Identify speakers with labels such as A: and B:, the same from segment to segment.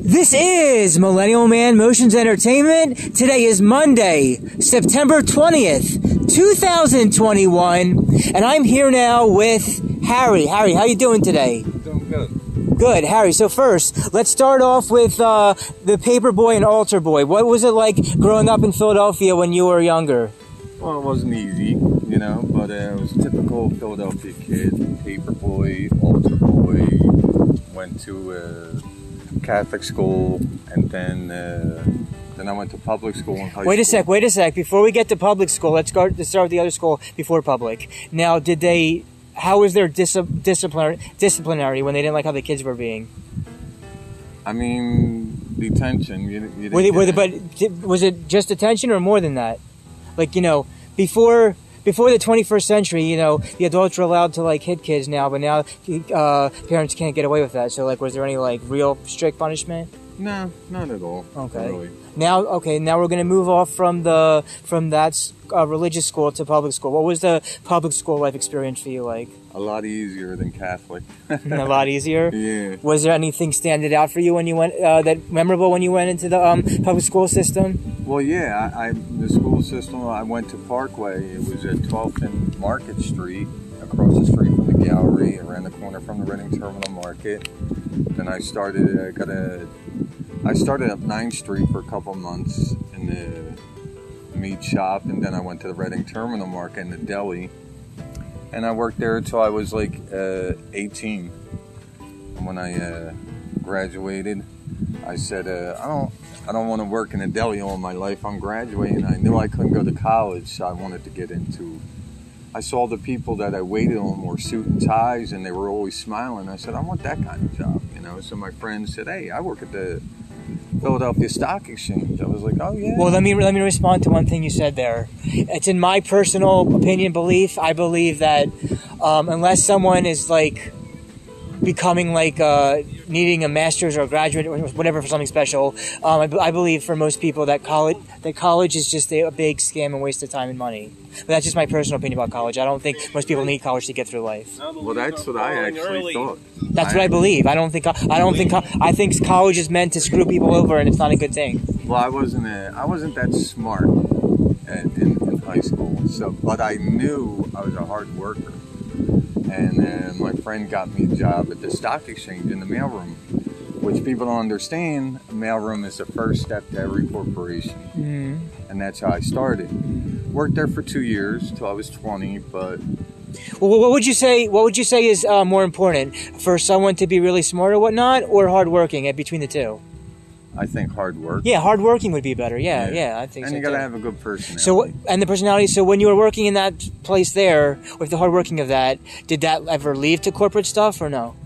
A: This is Millennial Man Motions Entertainment. Today is Monday, September 20th, 2021, and I'm here now with Harry. Harry, how you doing today?
B: Doing good.
A: Good, Harry. So first, let's start off with uh, the Paperboy and Altar Boy. What was it like growing up in Philadelphia when you were younger?
B: Well, it wasn't easy, you know, but uh, it was a typical Philadelphia kid. Paper boy, altar boy. Went to uh, Catholic school, and then uh, then I went to public school in high
A: Wait a
B: school.
A: sec, wait a sec. Before we get to public school, let's, go, let's start with the other school before public. Now, did they? How was their dis- disciplinary disciplinary when they didn't like how the kids were being?
B: I mean, detention. You, you
A: Were they,
B: didn't
A: were they,
B: get it.
A: but did, was it just attention or more than that? Like you know, before before the 21st century, you know, the adults were allowed to like hit kids now, but now uh, parents can't get away with that. So like, was there any like real strict punishment?
B: no, not at all. not
A: Okay.
B: really.
A: Now, okay, now we're gonna move off from the from that s- uh, religious school to public school. What was the public school life experience for you like?
B: A lot easier than Catholic.
A: a lot easier.
B: Yeah.
A: Was there anything standing out for you when you went uh, that memorable when you went into the um, public school system?
B: Well, yeah, I, I the school system. I went to Parkway. It was at 12th and Market Street, across the street from the gallery, around the corner from the Reading Terminal Market. Then I started. I got a. I started up 9th Street for a couple months in the meat shop, and then I went to the Reading Terminal Market in the deli, and I worked there until I was like uh, 18. And when I uh, graduated, I said, uh, I don't. I don't want to work in a deli all my life. I'm graduating. I knew I couldn't go to college, so I wanted to get into. I saw the people that I waited on were suit and ties, and they were always smiling. I said, I want that kind of job, you know. So my friend said, Hey, I work at the Philadelphia Stock Exchange. I was like, Oh yeah.
A: Well, let me let me respond to one thing you said there. It's in my personal opinion, belief. I believe that um, unless someone is like becoming like uh, needing a master's or a graduate or whatever for something special, um, I, b- I believe for most people that college that college is just a, a big scam and waste of time and money. But that's just my personal opinion about college. I don't think most people need college to get through life.
B: well, that's what I actually thought.
A: That's what I believe. I don't think I don't think I think college is meant to screw people over, and it's not a good thing.
B: Well, I wasn't a, I wasn't that smart at, in, in high school, so but I knew I was a hard worker. And uh, my friend got me a job at the stock exchange in the mailroom, which people don't understand. A mailroom is the first step to every corporation, and that's how I started. Worked there for two years till I was 20, but
A: Well, what would you say? What would you say is uh, more important for someone to be really smart or whatnot, or hardworking? And between the two,
B: I think hard work.
A: yeah, hardworking would be better. Yeah, yeah, I think
B: And
A: so.
B: you gotta
A: too.
B: have a good personality.
A: so what- and the personality. So when you were working in that place there, with the hardworking of that, did that ever lead to corporate stuff or no?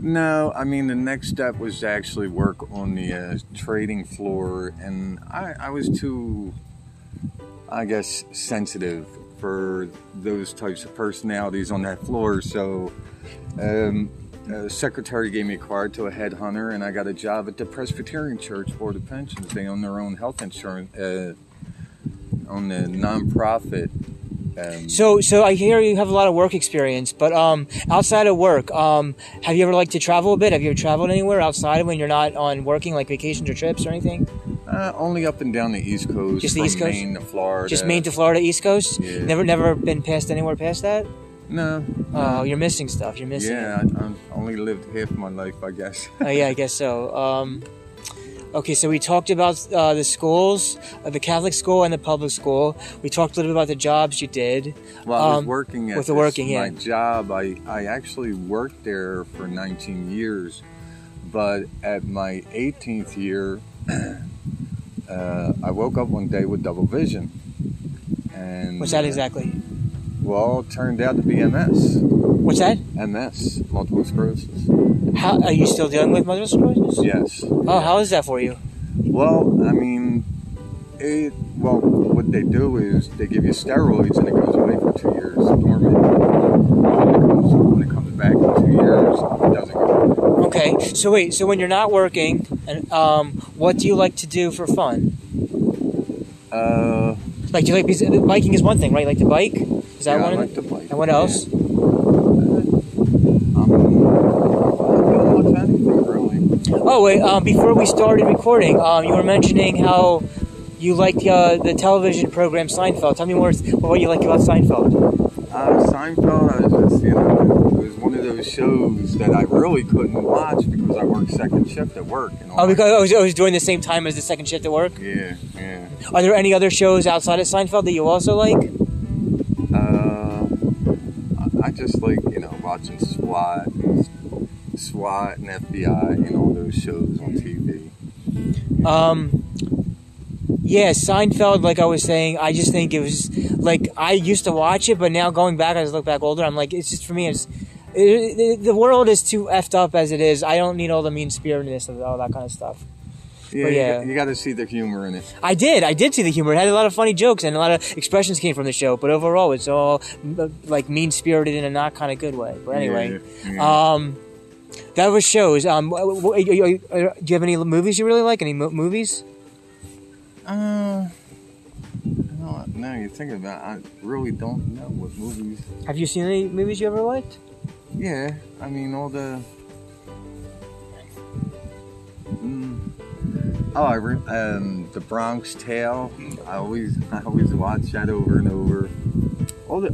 B: No, I mean the next step was to actually work on the uh, trading floor, and I, I was too, I guess, sensitive for those types of personalities on that floor. So, um, uh, secretary gave me a card to a headhunter, and I got a job at the Presbyterian Church Board of Pensions. They own their own health insurance, uh, on the nonprofit. Um,
A: So, so I hear you have a lot of work experience, but um, outside of work, um, have you ever liked to travel a bit? Have you ever traveled anywhere outside of when you're not on working, like vacations or trips or anything?
B: uh, only up and down the East Coast,
A: Just the
B: from
A: East Coast?
B: Maine to Florida.
A: Just Maine to Florida, East Coast.
B: Yeah.
A: Never, never been past anywhere past that.
B: No,
A: Oh, you're missing stuff. You're missing.
B: Yeah, I, I only lived half my life, I guess.
A: it. Oh, yeah, I guess so. Um, okay, so we talked about uh, the schools, uh, the Catholic school and the public school. We talked a little bit about the jobs you did.
B: Well, I was
A: Um,
B: working at
A: with the
B: this-
A: working, yeah.
B: my job. I, I actually worked there for 19 years, but at my 18th year, uh, I woke up one day with double vision. And
A: What's that
B: uh,
A: exactly?
B: Well, it turned out to be MS.
A: What's that?
B: MS, multiple sclerosis.
A: How are you still dealing with multiple sclerosis?
B: Yes.
A: Oh, how is that for you?
B: Well, I mean, it. Well, what they do is they give you steroids and it goes away for two years dormant. When it comes back in two years, it doesn't go.
A: Okay, so wait, so when you're not working, and um, what do you like to do for fun?
B: Uh,
A: Like, do you like because biking is one thing, right? You like to bike? Is that
B: yeah,
A: one?
B: I
A: of
B: like
A: the-
B: to play.
A: and what else?
B: Um, Yeah. I'm, I don't know much anything really.
A: Oh, Oh wait, um, before we started recording, um, you were mentioning how you liked uh, the television program Seinfeld. Tell me more what you like about Seinfeld.
B: Uh, Seinfeld, I was just, you know, it was one of those shows that I really couldn't watch because I worked second shift at work. And all
A: Oh, because I was, I was doing the same time as the second shift at work.
B: Yeah, yeah.
A: Are there any other shows outside of Seinfeld that you also like?
B: Uh, I- I just like, you know, watching SWAT and, SWAT and FBI and all those shows on TV.
A: Um, yeah, Seinfeld. Like I was saying, I just think it was like I used to watch it, but now going back, as I look back older, I'm like, it's just for me. It's it, it, the world is too effed up as it is. I don't need all the mean spiritedness and all that kind of stuff.
B: Yeah,
A: But yeah.
B: You, got to see the humor in it.
A: I did, I did see the humor. It had a lot of funny jokes and a lot of expressions came from the show. But overall, it's all uh, like mean spirited in a not kind of good way. But anyway.
B: Yeah, yeah.
A: Um, that was shows. Um, w- w- are you- are you- do you have any movies you really like? Any mo- movies?
B: Uh, you know what? now you're thinking about. it, I really don't know what movies.
A: Have you seen any movies you ever liked?
B: Yeah, I mean all the. Mm. Oh, I re- um, the Bronx Tale. I always, I always watch that over and over. All the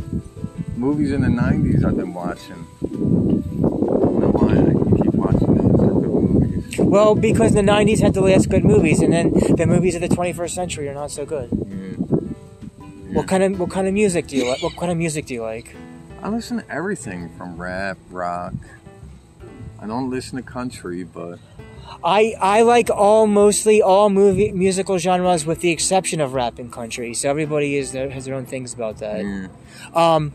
B: movies in the '90s I've been watching. I don't know why I keep watching those. They're good movies.
A: Well, because the '90s had the last good movies, and then the movies of the 21st century are not so good.
B: Yeah.
A: What kind of what kind of music do you like? What kind of music do you like?
B: I listen to everything from rap, rock. I don't listen to country, but
A: I I like all mostly all movie musical genres with the exception of rap and country. So everybody is their, has their own things about that.
B: yeah.
A: Um,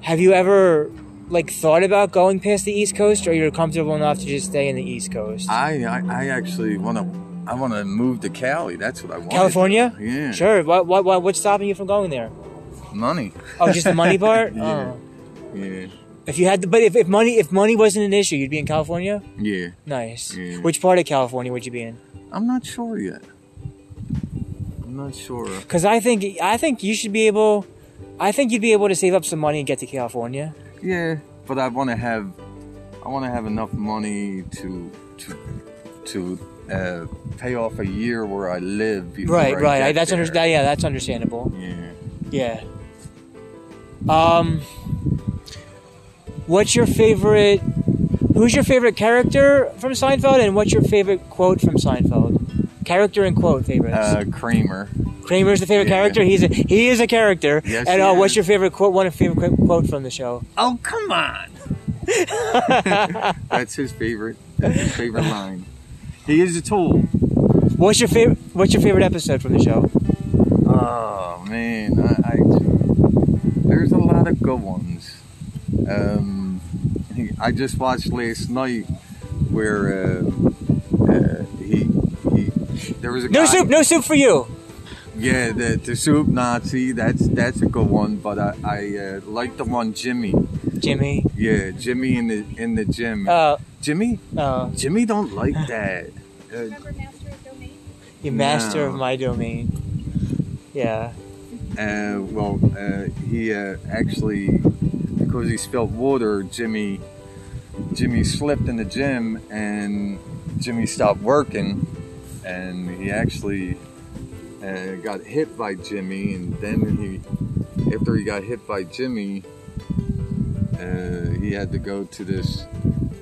A: have you ever like thought about going past the East Coast, or you're comfortable enough to just stay in the East Coast?
B: I, I I actually want to I want to move to Cali. That's what I want.
A: California?
B: Yeah.
A: Sure. What, what, what, what's stopping you from going there?
B: Money.
A: Oh, just the money part?
B: Yeah.
A: Oh.
B: Yeah.
A: If you had, the, but if, if money if money wasn't an issue, you'd be in California.
B: Yeah.
A: Nice.
B: Yeah.
A: Which part of California would you be in?
B: I'm not sure yet. I'm not sure.
A: Because I think I think you should be able, I think you'd be able to save up some money and get to California.
B: Yeah, but I want to have I want to have enough money to to to uh, pay off a year where I live. before
A: Right,
B: I
A: right.
B: get
A: I, that's under,
B: there.
A: that, yeah, that's understandable.
B: Yeah.
A: Yeah. Um. What's your favorite? Who's your favorite character from Seinfeld, and what's your favorite quote from Seinfeld? Character and quote favorites.
B: Uh, Kramer.
A: Kramer's the favorite
B: yeah.
A: character. He's a, he is a character.
B: Yes,
A: and
B: he
A: uh,
B: is.
A: what's your favorite quote? One favorite qu- quote from the show.
B: Oh come on. That's his favorite. That's his favorite line. He is a tool.
A: What's your favorite? What's your favorite episode from the show?
B: Oh man, I, I there's a lot of good ones. Um, I just watched last night where uh, uh, he, he there was a
A: No
B: guy-
A: soup, no soup for you.
B: yeah the, the soup Nazi that's that's a good one but I, I uh, like the one Jimmy
A: Jimmy.
B: yeah Jimmy in the in the gym
A: Uh,
B: Jimmy
A: uh,
B: Jimmy don't like that uh,
C: Remember Master of Domain?
A: you master of
B: No.
A: my domain. Yeah.
B: uh, well, uh, he uh, actually, because he spilled water, Jimmy, Jimmy slipped in the gym, and Jimmy stopped working, and he actually uh, got hit by Jimmy, and then he, after he got hit by Jimmy, uh, he had to go to this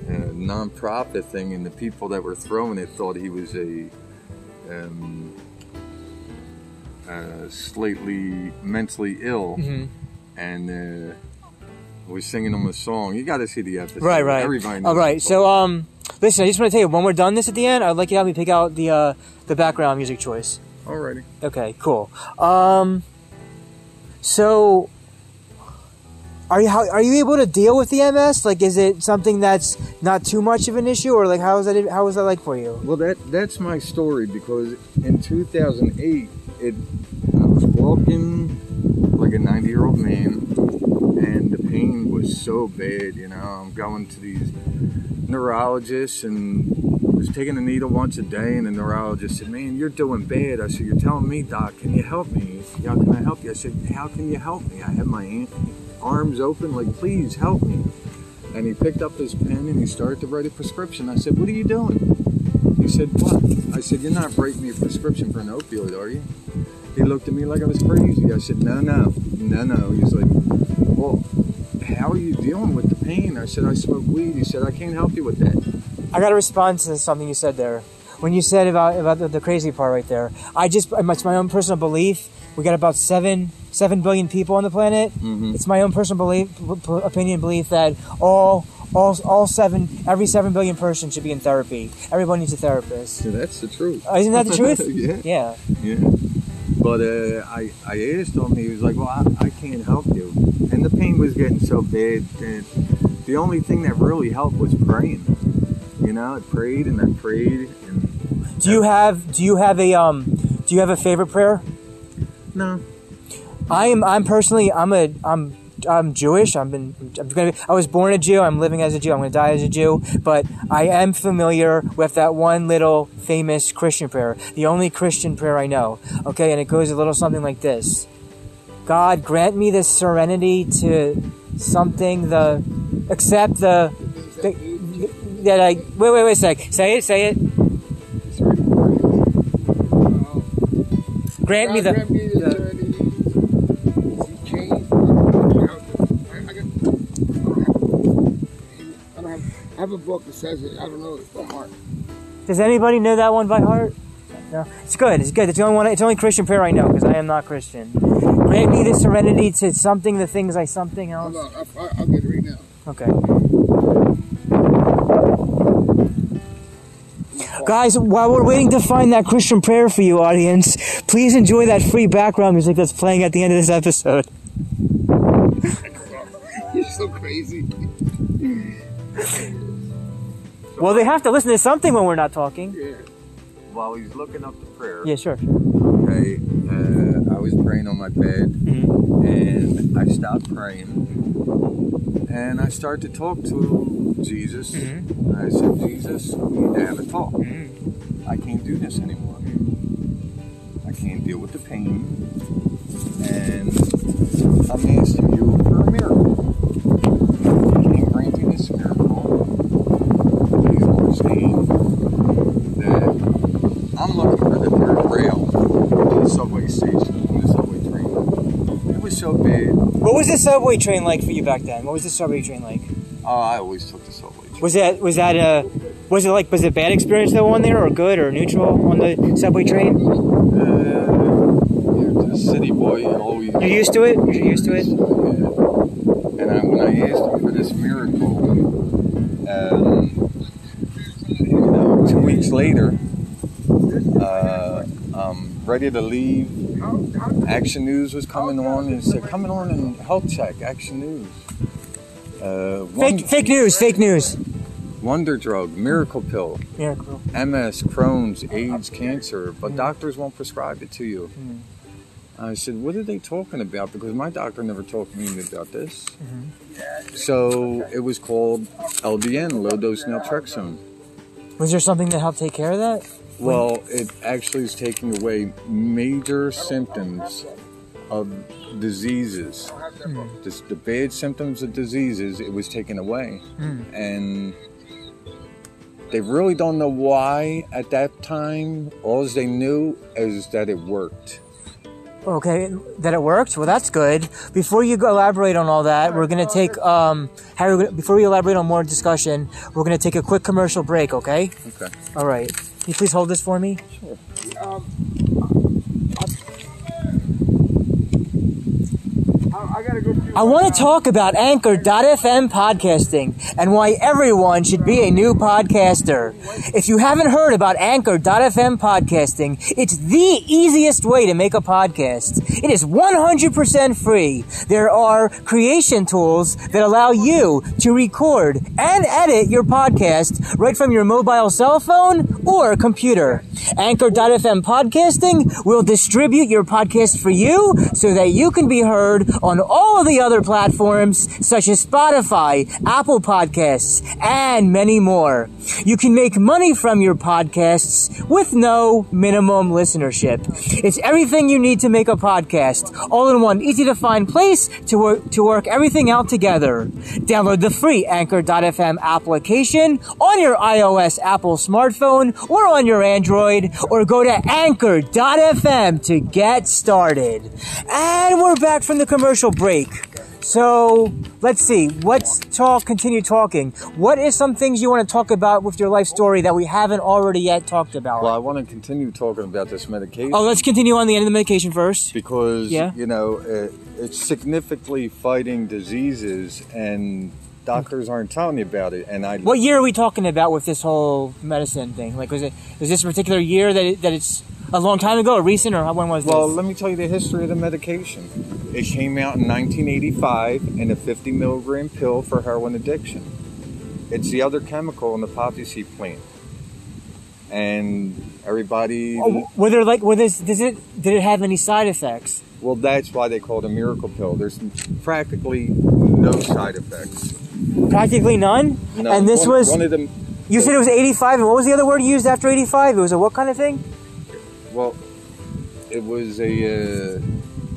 B: uh, nonprofit thing, and the people that were throwing it thought he was a um, uh, slightly mentally ill
A: hmm
B: and uh, we're singing him a song. You got to see the episode.
A: Right, right.
B: Everybody. knows
A: All right.
B: the
A: So,
B: song.
A: um, listen, I just want to tell you when we're done this at the end, I'd like you to help me pick out the uh, the background music choice.
B: Alrighty.
A: Okay, cool. Um, so are you how, are you able to deal with the MS? Like, is it something that's not too much of an issue, or like how is that how is that like for you?
B: Well, that that's my story because in 2008, it I was walking like a 90 year old man, and the pain was so bad. You know, I'm going to these neurologists and was taking a needle once a day, and the neurologist said, "Man, you're doing bad." I said, "You're telling me, doc, can you help me? How can I help you?" I said, "How can you help me? I have my an- arms open, like please help me." And he picked up his pen and he started to write a prescription. I said, "What are you doing?" He said, What? I said, You're not writing me a prescription for an opioid, are you? He looked at me like I was crazy. I said, No, no, no, no. He's like, Well, how are you dealing with the pain? I said, I smoke weed. He said, I can't help you with that.
A: I got a response to something you said there. When you said about about the, the crazy part right there, I just it's my own personal belief. We got about seven seven billion people on the planet.
B: Mhm.
A: It's my own personal belief, p- p- opinion, belief that all all all seven every seven billion person should be in therapy. Everyone needs a therapist.
B: So that's the truth.
A: Uh, Isn't that the truth?
B: yeah.
A: Yeah.
B: Yeah. But uh, I, I asked him, he was like, Well, I, I can't help you. And the pain was getting so bad that the only thing that really helped was praying. You know, I prayed and I prayed. and
A: Do you have do you have a um do you have a favorite prayer?
B: No.
A: I am. I'm personally. I'm a. I'm. I'm Jewish. I've been. I'm gonna. I was born a Jew. I'm living as a Jew. I'm gonna die as a Jew. But I am familiar with that one little famous Christian prayer. The only Christian prayer I know. Okay, and it goes a little something like this: God grant me the serenity to something. The accept the. the that I wait wait wait a sec. Say it. Say it. Grant me the. the-
C: I don't have- I have a book that says it. I don't know it by heart.
A: Does anybody know that one by heart? No. It's good. It's good. It's the only one. It's the only Christian prayer I know because I am not Christian. Grant me the serenity to something, the things I something
C: Hold
A: else.
C: on, I, I, I'll get it right now.
A: Okay. Guys, while we're waiting to find that Christian prayer for you, audience, please enjoy that free background music that's playing at the end of this episode.
C: You're so crazy.
A: Hmm. Well, they have to listen to something when we're not talking.
C: Yeah.
B: While he's looking up the prayer,
A: Yeah, sure.
B: okay, uh, I was praying on my bed and I stopped praying and I started to talk to Jesus. I said, Jesus, we need to have a talk. I can't do this anymore. I can't deal with the pain. And I'm asking you for a miracle. You can bring me this miracle. Please understand that I'm looking for the third rail on the subway station, on the subway train. It was so big.
A: What was the subway train like for you back then? What was the subway train like?
B: Oh, I always took the subway train.
A: Was that was that a was it like was it a bad experience though on there or good or neutral on the subway train?
B: Uh, you're just a city boy. You always.
A: You're used to it. You're used to it.
B: Yeah. And I, when I asked him for this miracle, um, you know, two weeks later, uh, I'm ready to leave.
C: How, how,
B: Action News was coming on and said, "Coming on and health check." Action News. Uh,
A: Fake
B: Won-
A: fake news. Fake news.
B: Wonder drug, miracle pill,
A: Miracle.
B: MS, Crohn's, AIDS, cancer, but doctors won't prescribe it to you.
A: Mm.
B: I said, What are they talking about? Because my doctor never talked to me about this. So it was called LDN, low dose naltrexone.
A: Was there something to help take care of that?
B: Well, it actually is taking away major symptoms of diseases. This, the bad symptoms of diseases, it was taken away.
A: Hmm.
B: And they really don't know why at that time. All they knew is that it worked.
A: Okay, that it worked. Well, that's good. Before you go- elaborate on all that, we're gonna take um Harry. Before we elaborate on more discussion, we're gonna take a quick commercial break. Okay.
B: Okay.
A: All right. Can you please hold this for me?
C: um, I, I, I gotta go through.
A: I want to talk about Anchor.fm podcasting and why everyone should be a new podcaster. If you haven't heard about Anchor.fm podcasting, it's the easiest way to make a podcast. It is 100% free. There are creation tools that allow you to record and edit your podcast right from your mobile cell phone or computer. Anchor.fm podcasting will distribute your podcast for you so that you can be heard on all of the other platforms such as Spotify, Apple Podcasts, and many more. You can make money from your podcasts with no minimum listenership. It's everything you need to make a podcast, all in one easy to find place to work, to work everything out together. Download the free Anchor.fm application on your iOS Apple smartphone or on your Android, or go to Anchor.fm to get started. And we're back from the commercial break. So let's see. Let's talk. Continue talking. What is some things you want to talk about with your life story that we haven't already yet talked about?
B: Well, I want to continue talking about this medication
A: oh, let's continue on the end of the medication first.
B: because
A: Yeah.
B: you know it, it's significantly fighting diseases, and doctors aren't telling you about it. And I
A: What year are we talking about with this whole medicine thing? Like, was it is this a particular year that it, that it's a long time ago, or recent, or when was this?
B: Well, let me tell you the history of the medication. It came out in 1985 in a 50 milligram pill for heroin addiction. It's the other chemical in the poppy seed plant. And everybody,
A: Oh, were there like were this does it did it have any side effects?
B: well, that's why they call it a miracle pill. There's practically no side effects.
A: Practically none.
B: No,
A: and this
B: one-
A: was
B: one of them.
A: you said it was 85. And what was the other word you used after 85? It was a what kind of thing?
B: Well, it was a. Uh,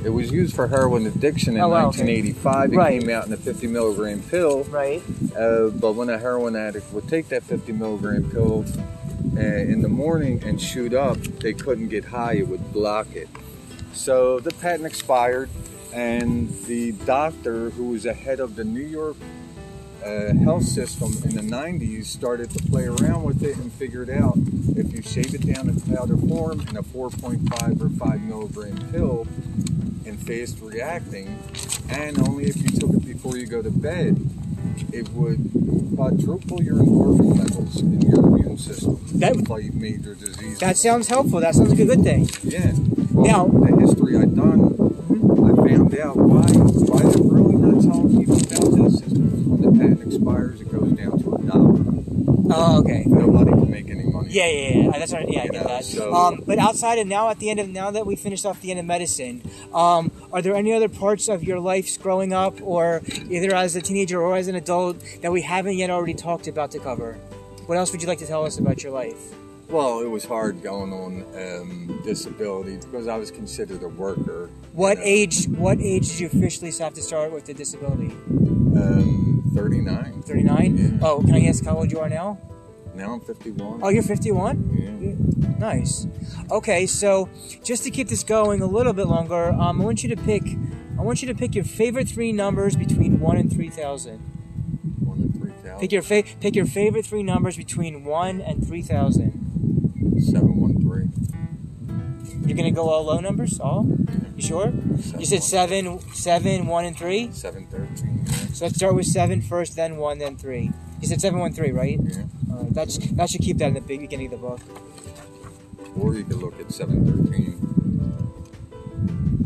B: it was used for heroin addiction in
A: Oh, wow, okay.
B: 1985. It
A: Right.
B: came out in a 50 milligram pill.
A: Right.
B: Uh, but when a heroin addict would take that 50 milligram pill uh, in the morning and shoot up, they couldn't get high. It would block it. So the patent expired, and the doctor who was the head of the New York uh, health system in the 90s started to play around with it and figured out if you shave it down in powder form in a 4.5 or 5 milligram pill and fast reacting, and only if you took it before you go to bed, it would quadruple your endorphin levels in your immune system.
A: That-
B: to fight major diseases.
A: That sounds helpful. That sounds like a good thing.
B: Yeah. Well,
A: Now- Mm-hmm.
B: the history I've done, I found out why why they're really not telling people about this is because when the patent expires, it goes down to a dollar.
A: Oh, okay.
B: Nobody can make any money.
A: Yeah, yeah, yeah. That's right. Yeah, I
B: You
A: get
B: know,
A: that.
B: so-
A: um, but outside of now, at the end of now that we finished off the end of medicine, um, are there any other parts of your life growing up, or either as a teenager or as an adult, that we haven't yet already talked about to cover? What else would you like to tell us about your life?
B: Well, it was hard going on um, disability because I was considered a worker. Um,
A: What
B: you know.
A: age? What age did you officially have to start with the disability?
B: Um, 39.
A: Thirty nine.
B: Yeah.
A: Oh, can I ask how old you are now?
B: Now I'm 51.
A: Oh, you're fifty one.
B: yeah.
A: Nice. Okay, so just to keep this going a little bit longer, um, I want you to pick. I want you to pick your favorite three numbers between one and three thousand.
B: One in 3,000.
A: Pick your fa- pick your favorite three numbers between one and three thousand.
B: 713.
A: You're gonna go all low numbers, all. You sure? You said seven, seven, one, and three.
B: 713.
A: So let's start with seven first, then one, then three. You said seven, one, three, right?
B: Yeah.
A: All right. That's that should keep that in the big beginning of the book.
B: Or you could look at 713.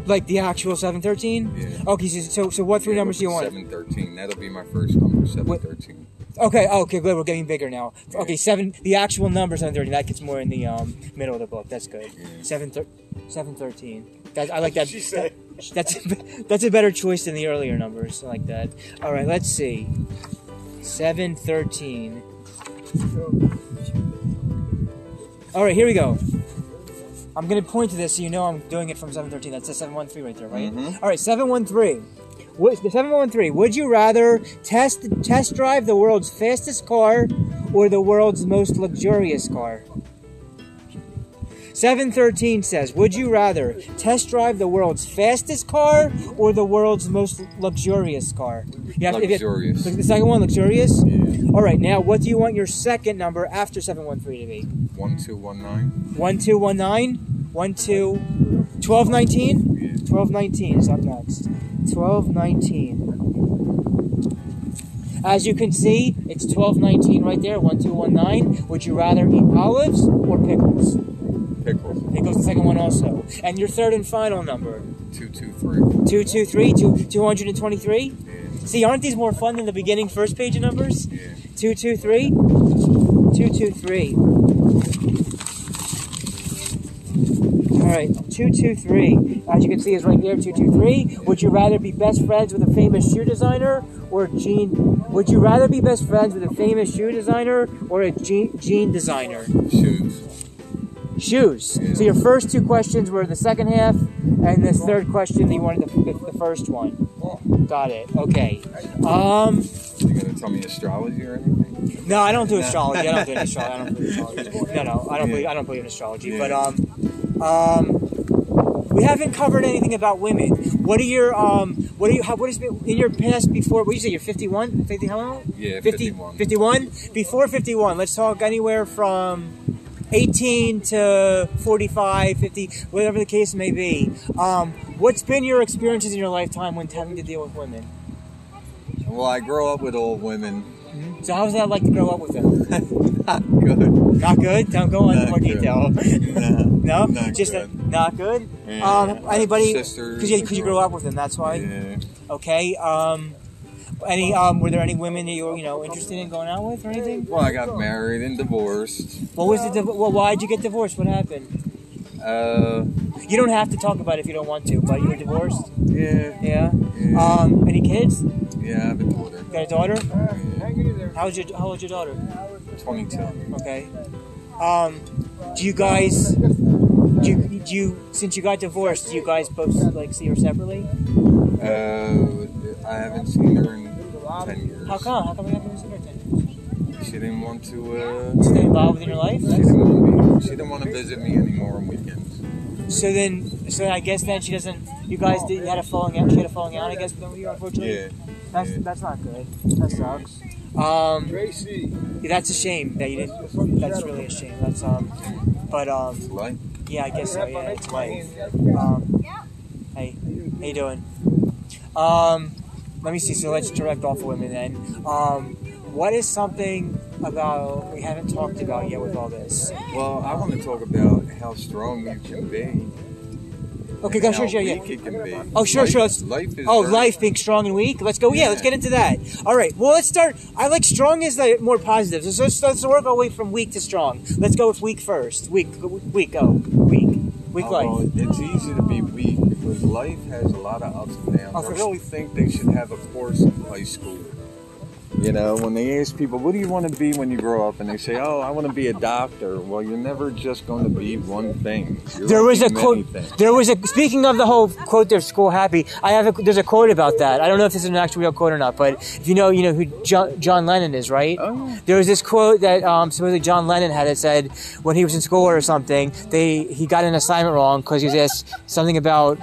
A: Like the actual seven thirteen.
B: Yeah.
A: Okay. So so- so what three
B: Yeah,
A: numbers do you want?
B: Seven thirteen. That'll be my first number. Seven
A: What-
B: thirteen.
A: Okay, oh, okay, good. We're getting bigger now.
B: Yeah.
A: Okay, seven. The actual numbers on thirty. That gets more in the um, middle of the book. That's good.
B: Yeah.
A: Seven, thir- seven thirteen. That I like that. that- that's a, be- that's a better choice than the earlier numbers. I like that. All right, let's see. Seven thirteen. All right, here we go. I'm gonna point to this so you know I'm doing it from seven thirteen. That's a seven one three right there, right?
B: Mhm.
A: All right, seven one three. Would, the 713, would you rather test test drive the world's fastest car or the world's most luxurious car? 713 says, would you rather test drive the world's fastest car or the world's most luxurious car? You have to- if you-
B: Luxurious.
A: the second one, luxurious?
B: Yeah.
A: All right, now what do you want your second number after 713 to be?
B: One two one nine.
A: 1219? 12, 1219?
B: Yeah.
A: 1219 is up next. 1219. As you can see, it's 1219 right there, 1219. Would you rather eat olives or pickles?
B: Pickles.
A: Pickles, the second one also. And your third and final number,
B: Two two three.
A: 223, 223.
B: Yeah.
A: See, aren't these more fun than the beginning first page of numbers?
B: Yeah.
A: 223, 223. All right, 223. As you can see, is right there, 223. Would you rather be best friends with a famous shoe designer or jean? Would you rather be best friends with a famous shoe designer or a jean, jean designer?
B: Shoes.
A: Shoes. So your first two questions were the second half, and this third question, you wanted the, the, the first one.
B: Oh,
A: Got it. Okay.
B: I-
A: Um.
B: you gonna tell me astrology or anything?
A: No, I don't do astrology. I don't do any astrology. I don't do astrology. No, no, I don't believe. I don't believe in astrology. But um, um, we haven't covered anything about women. What are your um? What are you? How, what has been in your past before? What you say? You're 51, 50. How long?
B: Yeah,
A: 50,
B: 51.
A: 51? Before 51, let's talk anywhere from 18 to 45, 50, whatever the case may be. Um, what's been your experiences in your lifetime when having to deal with women?
B: Well, I grow up with old women. Mm-hmm.
A: So how was that like to grow up with them?
B: Not good.
A: Not good. Don't go into
B: Not
A: more
B: good.
A: detail. No,
B: Nah. Not
A: just
B: good.
A: A, not good.
B: Yeah.
A: Um, anybody?
B: Sisters
A: Because you,
B: and
A: 'cause you
B: girls.
A: grew up with them, that's why.
B: Yeah.
A: Okay. Um, any? Um, were there any women that you were, you know, interested in going out with or anything?
B: Well, I got married and divorced.
A: What was the? Div- well, why'd you get divorced? What happened?
B: Uh,
A: You don't have to talk about it if you don't want to, but you were divorced.
B: yeah,
A: Yeah.
B: yeah,
A: Um, any kids?
B: yeah. I have a daughter.
A: Got a daughter?
C: Hang in there.
A: How's your How old's your daughter?
B: Twenty-two.
A: Okay. Um, do you guys? Do you, do you since you got divorced, do you guys both like see her separately?
B: Uh, I haven't seen her in ten years.
A: How come? How come we haven't seen her? then?
B: She didn't want to. Uh,
A: Is that involved in your life?
B: she didn't want to. Be, she didn't want to visit me anymore on weekends.
A: So then, so I guess then she doesn't. You guys did. You had a falling out. She had a falling out. I guess with you, unfortunately.
B: Yeah.
A: That's
B: yeah.
A: that's not good. That sucks. Um,
C: Tracy.
A: that's a shame that you didn't. That's really a shame. That's um, but um,
B: Like,
A: yeah, I guess so. Yeah, it's life. Um, hey, how you doing? Um, let me see. So let's direct off of women then. Um, what is something about we haven't talked about yet with all this?
B: well, I want to talk about how strong you can be.
A: Okay, go
B: and
A: sure,
B: how
A: sure, yeah.
B: weak it can be.
A: Oh, sure,
B: life,
A: sure, let's-
B: Life is.
A: Oh,
B: very-
A: life being strong and weak. Let's go. Yeah, let's
B: Yeah.
A: get into that. All right. Well, let's start. I like strong is the more positive. So let's, let's work our way from weak to strong. Let's go with weak first. Weak, weak. Go weak, weak
B: Although
A: life.
B: Oh, It's easy to be weak because life has a lot of ups and downs.
A: Oh,
B: I
A: for
B: really think they should have a course in high school. You know, when they ask people, what do you want to be when you grow up? And they say, oh, I want to be a doctor. Well, you're never just going to be one thing. You're
A: There
B: gonna
A: was
B: be
A: a
B: many
A: quote.
B: things.
A: There was a. Speaking of the whole quote, "There's school happy." I have a. There's a quote about that. I don't know if this is an actual real quote or not, but if you know, you know who John, John Lennon is, right?
B: Oh, yeah.
A: There was this quote that um, supposedly John Lennon had. It said when he was in school or something, they he got an assignment wrong because he was asked something about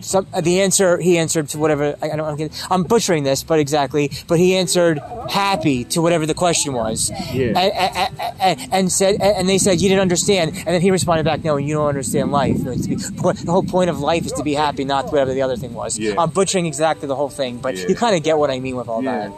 A: some, uh, the answer. He answered to whatever I, I don't. I'm, I'm butchering this, but exactly. But he answered happy to whatever the question was, and,
B: Yeah.
A: and- and, and said, and they said you didn't understand, and then he responded back, no, you don't understand life. It's to be, po- the whole point of life is to be happy, not whatever the other thing was.
B: Yeah.
A: I'm butchering exactly the whole thing, but
B: Yeah.
A: you kind of get what I mean with all
B: Yeah.
A: that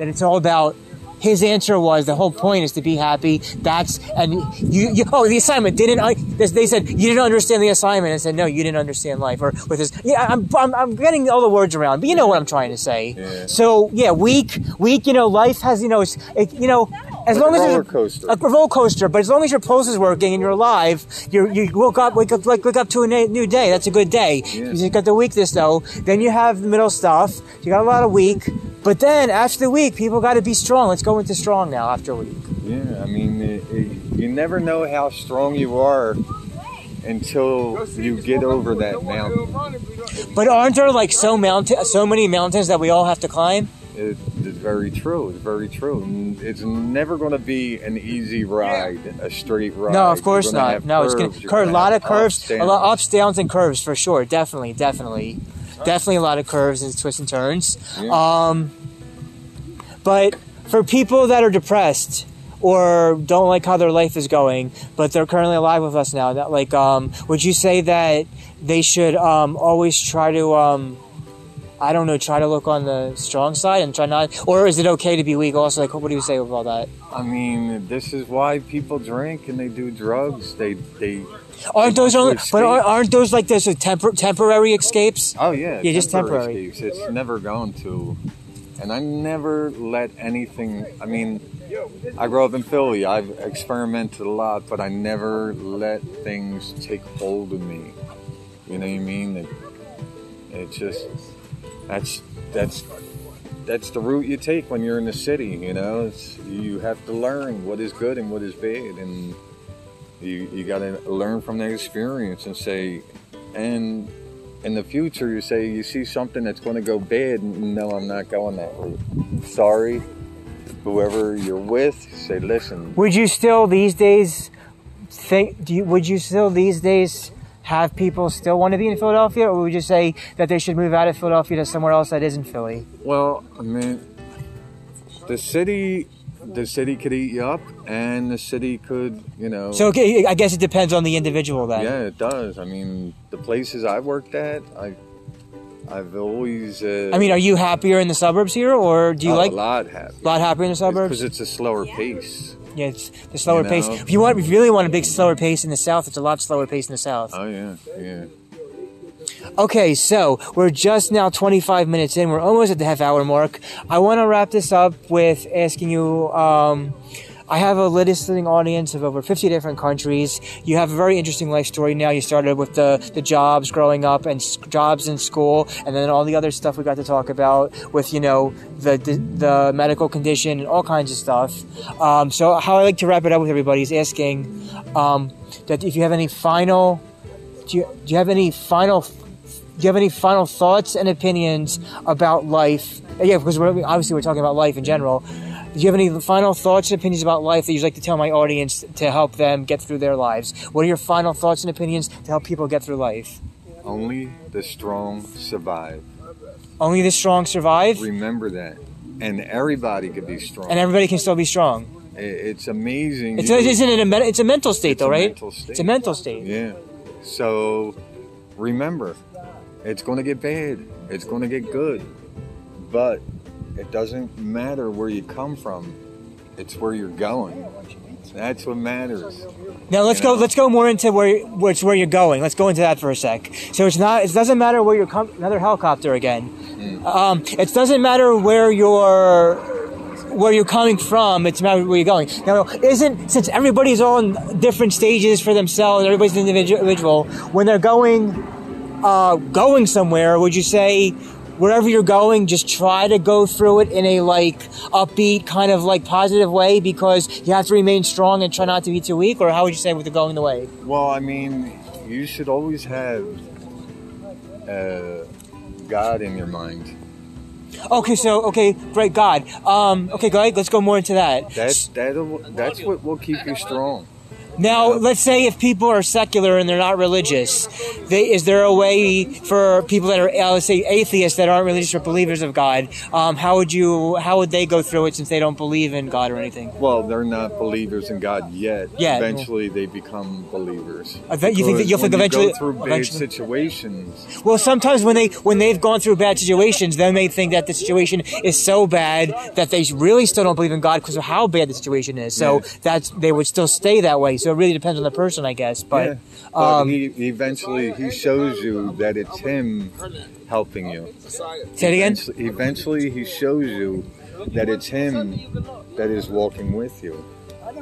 A: that it's all about his answer was the whole point is to be happy that's and you, you oh the assignment didn't i they- they said you didn't understand the assignment i said no you didn't understand life or with his yeah i'm i'm, I'm getting all the words around but you know what i'm trying to say
B: Yeah.
A: so yeah weak weak you know life has you know it's it, you know as
B: Like
A: long
B: a
A: as there's
B: roller coaster.
A: a roller coaster but as long as your pulse is working and you're alive you you woke up wake up like wake up to a na- new day that's a good day
B: Yeah.
A: you got the weakness though then you have the middle stuff you got a lot of weak but then after the weak people got to be strong let's go into strong now after weak
B: Yeah, I mean, it, it, you never know how strong you are until you get over that mountain.
A: but aren't there like so mountain so many mountains that we all have to climb
B: It, it's very true. It's very true. N- It's never going to be an easy ride, a straight ride.
A: no of course
B: You're gonna
A: not
B: have
A: no it's
B: curves.
A: gonna
B: You're
A: curve a
B: gonna
A: lot of
B: have
A: curves
B: ups,
A: a lot
B: downs.
A: ups downs and curves for sure definitely definitely definitely a lot of curves and twists and turns
B: Yeah.
A: um but for people that are depressed or don't like how their life is going, but they're currently alive with us now. That like, um, would you say that they should um, always try to, um, I don't know, try to look on the strong side and try not, or is it okay to be weak? Also, like, what do you say with all that?
B: I mean, this is why people drink and they do drugs. They, they.
A: Aren't those
B: want
A: only,
B: to
A: but
B: escape.
A: aren't, aren't those like those tempor- temporary escapes?
B: Oh yeah.
A: Yeah, just temporary.
B: escapes. It's never going to. And I never let anything. I mean, I grew up in Philly. I've experimented a lot, but I never let things take hold of me. You know what I mean? And it's just that's that's that's the route you take when you're in the city. You know, it's, you have to learn what is good and what is bad, and you you got to learn from that experience and say, and in the future you say you see something that's going to go bad, and no, I'm not going that route. Sorry, whoever you're with, say listen.
A: Would you still these days think? Do you, would you still these days have people still want to be in Philadelphia, or would you say that they should move out of Philadelphia to somewhere else that isn't Philly?
B: Well, I mean, the city, the city could eat you up, and the city could, you know.
A: So okay, I guess it depends on the individual then.
B: yeah, it does. I mean, the places I worked at, I, I've always. Uh,
A: I mean, are you happier in the suburbs here, or do you
B: I'm
A: like Uh, a
B: a lot happy
A: lot happier in the suburbs?
B: because it's a slower pace.
A: Yeah, it's the slower
B: You
A: pace.
B: know?
A: If you want, if you really want a big slower pace in the south, it's a lot slower pace in the south.
B: Oh yeah, yeah.
A: Okay, so we're just now 25 minutes in. We're almost at the half hour mark. I want to wrap this up with asking you. Um, I have a listening audience of over 50 different countries. You have a very interesting life story now. You started with the, the jobs growing up and s- jobs in school, and then all the other stuff we got to talk about with, you know, the, the, the medical condition and all kinds of stuff. Um, so, how I like to wrap it up with everybody is asking um, that if you have any final do you, do you have any final do you have any final thoughts and opinions about life yeah because we're, obviously we're talking about life in general do you have any final thoughts and opinions about life that you'd like to tell my audience to help them get through their lives what are your final thoughts and opinions to help people get through life
B: Only the strong survive.
A: only the strong survive
B: Remember that. And everybody could be strong.
A: and everybody can still be strong
B: I- it's amazing.
A: it's
B: You-
A: isn't it a men- it's a mental state
B: It's a
A: though right
B: mental state.
A: it's a mental state
B: Yeah. So remember, it's going to get bad. It's going to get good. But it doesn't matter where you come from. It's where you're going. That's what matters.
A: Now let's
B: You
A: go.
B: know?
A: Let's go more into where where it's where you're going. Let's go into that for a sec. So it's not. It doesn't matter where you're. Com- another helicopter again.
B: Mm.
A: Um, it doesn't matter where you're. Where you're coming from, it's matter where you're going. Now, isn't since everybody's on different stages for themselves, everybody's an individu- individual. When they're going, uh, going somewhere, would you say, wherever you're going, just try to go through it in a like upbeat kind of like positive way because you have to remain strong and try not to be too weak? Or how would you say with the going the way?
B: Well, I mean, you should always have uh, God in your mind.
A: Okay, so okay, great God. Um, okay, great. Let's go more into that.
B: That's that'll, that's what will keep you strong.
A: Now, let's say if people are secular and they're not religious, they, is there a way for people that are, uh, let's say, atheists that aren't religious or believers of God? Um, how would you, how would they go through it since they don't believe in God or anything?
B: Well, they're not believers in God yet.
A: Yeah.
B: Eventually, they become believers.
A: I bet you think Uh, that
B: Because
A: you'll think
B: when you
A: eventually-
B: go through bad
A: eventually-
B: situations.
A: Well, sometimes when they when they've gone through bad situations, they may think that the situation is so bad that they really still don't believe in God because of how bad the situation is. So
B: Yeah.
A: that's they would still stay that way. So it really depends on the person, I guess. But
B: yeah. But
A: um,
B: he, he eventually he shows you that it's him helping you.
A: say it again.
B: Eventually, eventually he shows you that it's him that is walking with you.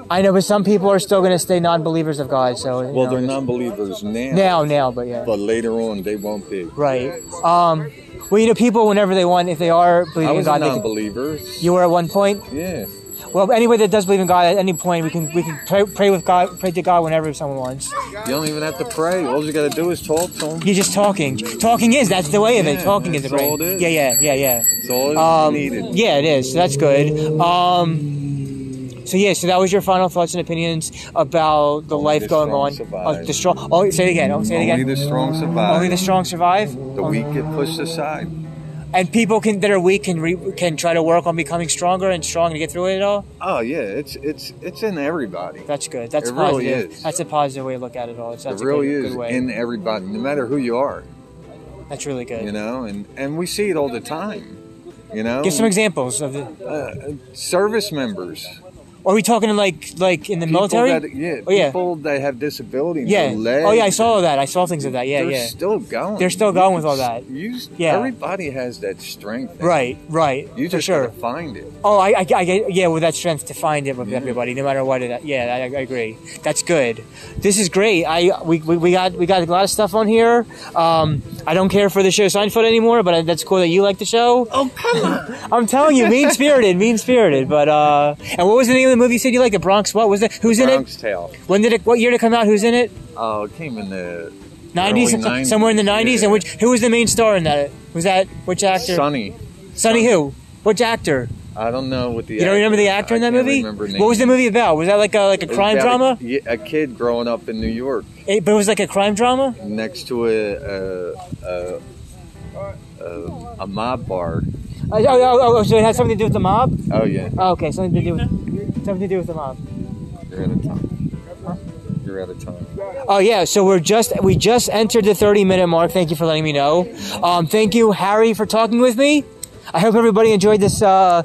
A: I know, but some people are still going to stay non-believers of God. So you
B: Well,
A: know,
B: they're non-believers now,
A: now, now, but yeah,
B: but later on they won't be.
A: right. Um, well, you know, people whenever they want, if they are
B: I
A: believing in
B: was a
A: God, they can,
B: non-believer.
A: you were at one point.
B: yeah.
A: Well, anybody that does believe in God at any point, we can we can pray, pray with God, pray to God whenever someone wants.
B: You don't even have to pray. All you got to do is talk to him.
A: You're just talking. Talking is that's the way of it.
B: Yeah,
A: Talking is the
B: that's
A: way.
B: all it is.
A: Yeah, yeah, yeah, yeah.
B: It's all
A: Um,
B: needed.
A: yeah, it is. That's good. Um, so yeah, so that was your final thoughts and opinions about the
B: Only
A: life
B: the
A: going
B: strong
A: on.
B: survive.
A: Oh, the strong. Oh, say it again. Oh, say it
B: Only
A: again.
B: the strong survive.
A: Only the strong survive.
B: The weak get pushed aside.
A: And people can that are weak can re, can try to work on becoming stronger and strong to get through it all.
B: Oh yeah, it's it's it's in everybody.
A: That's good. That's
B: It really
A: positive.
B: is.
A: That's a positive way to look at it all. It's
B: It
A: that's
B: really
A: a good,
B: is
A: good way.
B: in everybody, no matter who you are.
A: that's really good.
B: You know, and and we see it all the time. You know,
A: Give some examples of the.
B: uh, service members.
A: Are we talking like like in the
B: People
A: military?
B: That, yeah,
A: Oh, yeah.
B: people that have disabilities.
A: yeah.
B: their legs,
A: Oh yeah, I saw that. I saw things of that. Yeah,
B: they're
A: yeah.
B: still going.
A: They're still
B: You
A: going
B: can
A: with all
B: s-
A: that.
B: You, s-
A: Yeah.
B: Everybody has that strength.
A: Right, right.
B: You
A: for
B: just
A: sure.
B: gotta find it.
A: Oh, I, I, I get, yeah, with that strength to find it with
B: Yeah.
A: everybody, no matter what it. Yeah, I, I agree. That's good. This is great. I we, we, we got we got a lot of stuff on here. Um, I don't care for the show Seinfeld anymore, but that's cool that you like the show.
B: Oh come on.
A: I'm telling you, mean spirited, mean spirited. But uh, and what was the name of the movie you said you liked? The Bronx. What was it? Who's
B: Bronx Tale.
A: in it? When did it? What year did it come out? Who's in it?
B: Oh, it came in the
A: 90s,
B: Early 90s,
A: somewhere in the 90s.
B: yeah.
A: And which who was the main star in that? Was that which actor?
B: Sunny.
A: Sonny who? Which actor?
B: I don't know what the.
A: You don't remember the actor in that movie? What was the movie about? Was that like a like a crime drama?
B: A, yeah, a kid growing up in New York
A: It, but it was like a crime drama.
B: next to a a, a, a, a mob bar.
A: Uh, oh, oh, oh, oh, so it had something to do with the mob.
B: Oh yeah,
A: Oh, okay, something to do with something to do with the mob.
B: you're out of time. You're out of time.
A: Oh yeah, so we're just we just entered the 30 minute mark. Thank you for letting me know. Um, thank you, Harry, for talking with me. I hope everybody enjoyed this uh,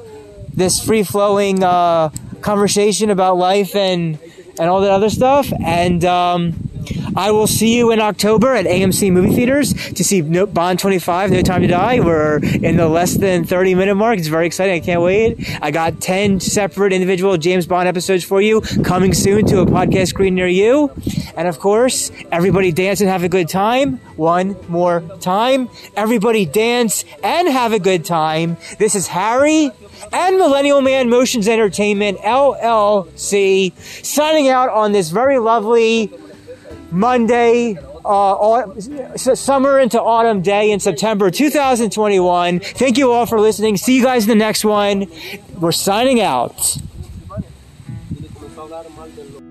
A: this free flowing uh, conversation about life and and all that other stuff. And um, I will see you in October at AMC movie theaters to see no- Bond 25, No Time to Die. We're in the less than 30 minute mark. It's very exciting. I can't wait. I got 10 separate individual James Bond episodes for you coming soon to a podcast screen near you. And of course, everybody dance and have a good time. One more time. Everybody dance and have a good time. This is Harry and Millennial Man Motions Entertainment LLC signing out on this very lovely Monday, uh, au- s- summer into autumn day in September 2021. Thank you all for listening. See you guys in the next one. We're signing out.
D: Nos hablaron mal de los-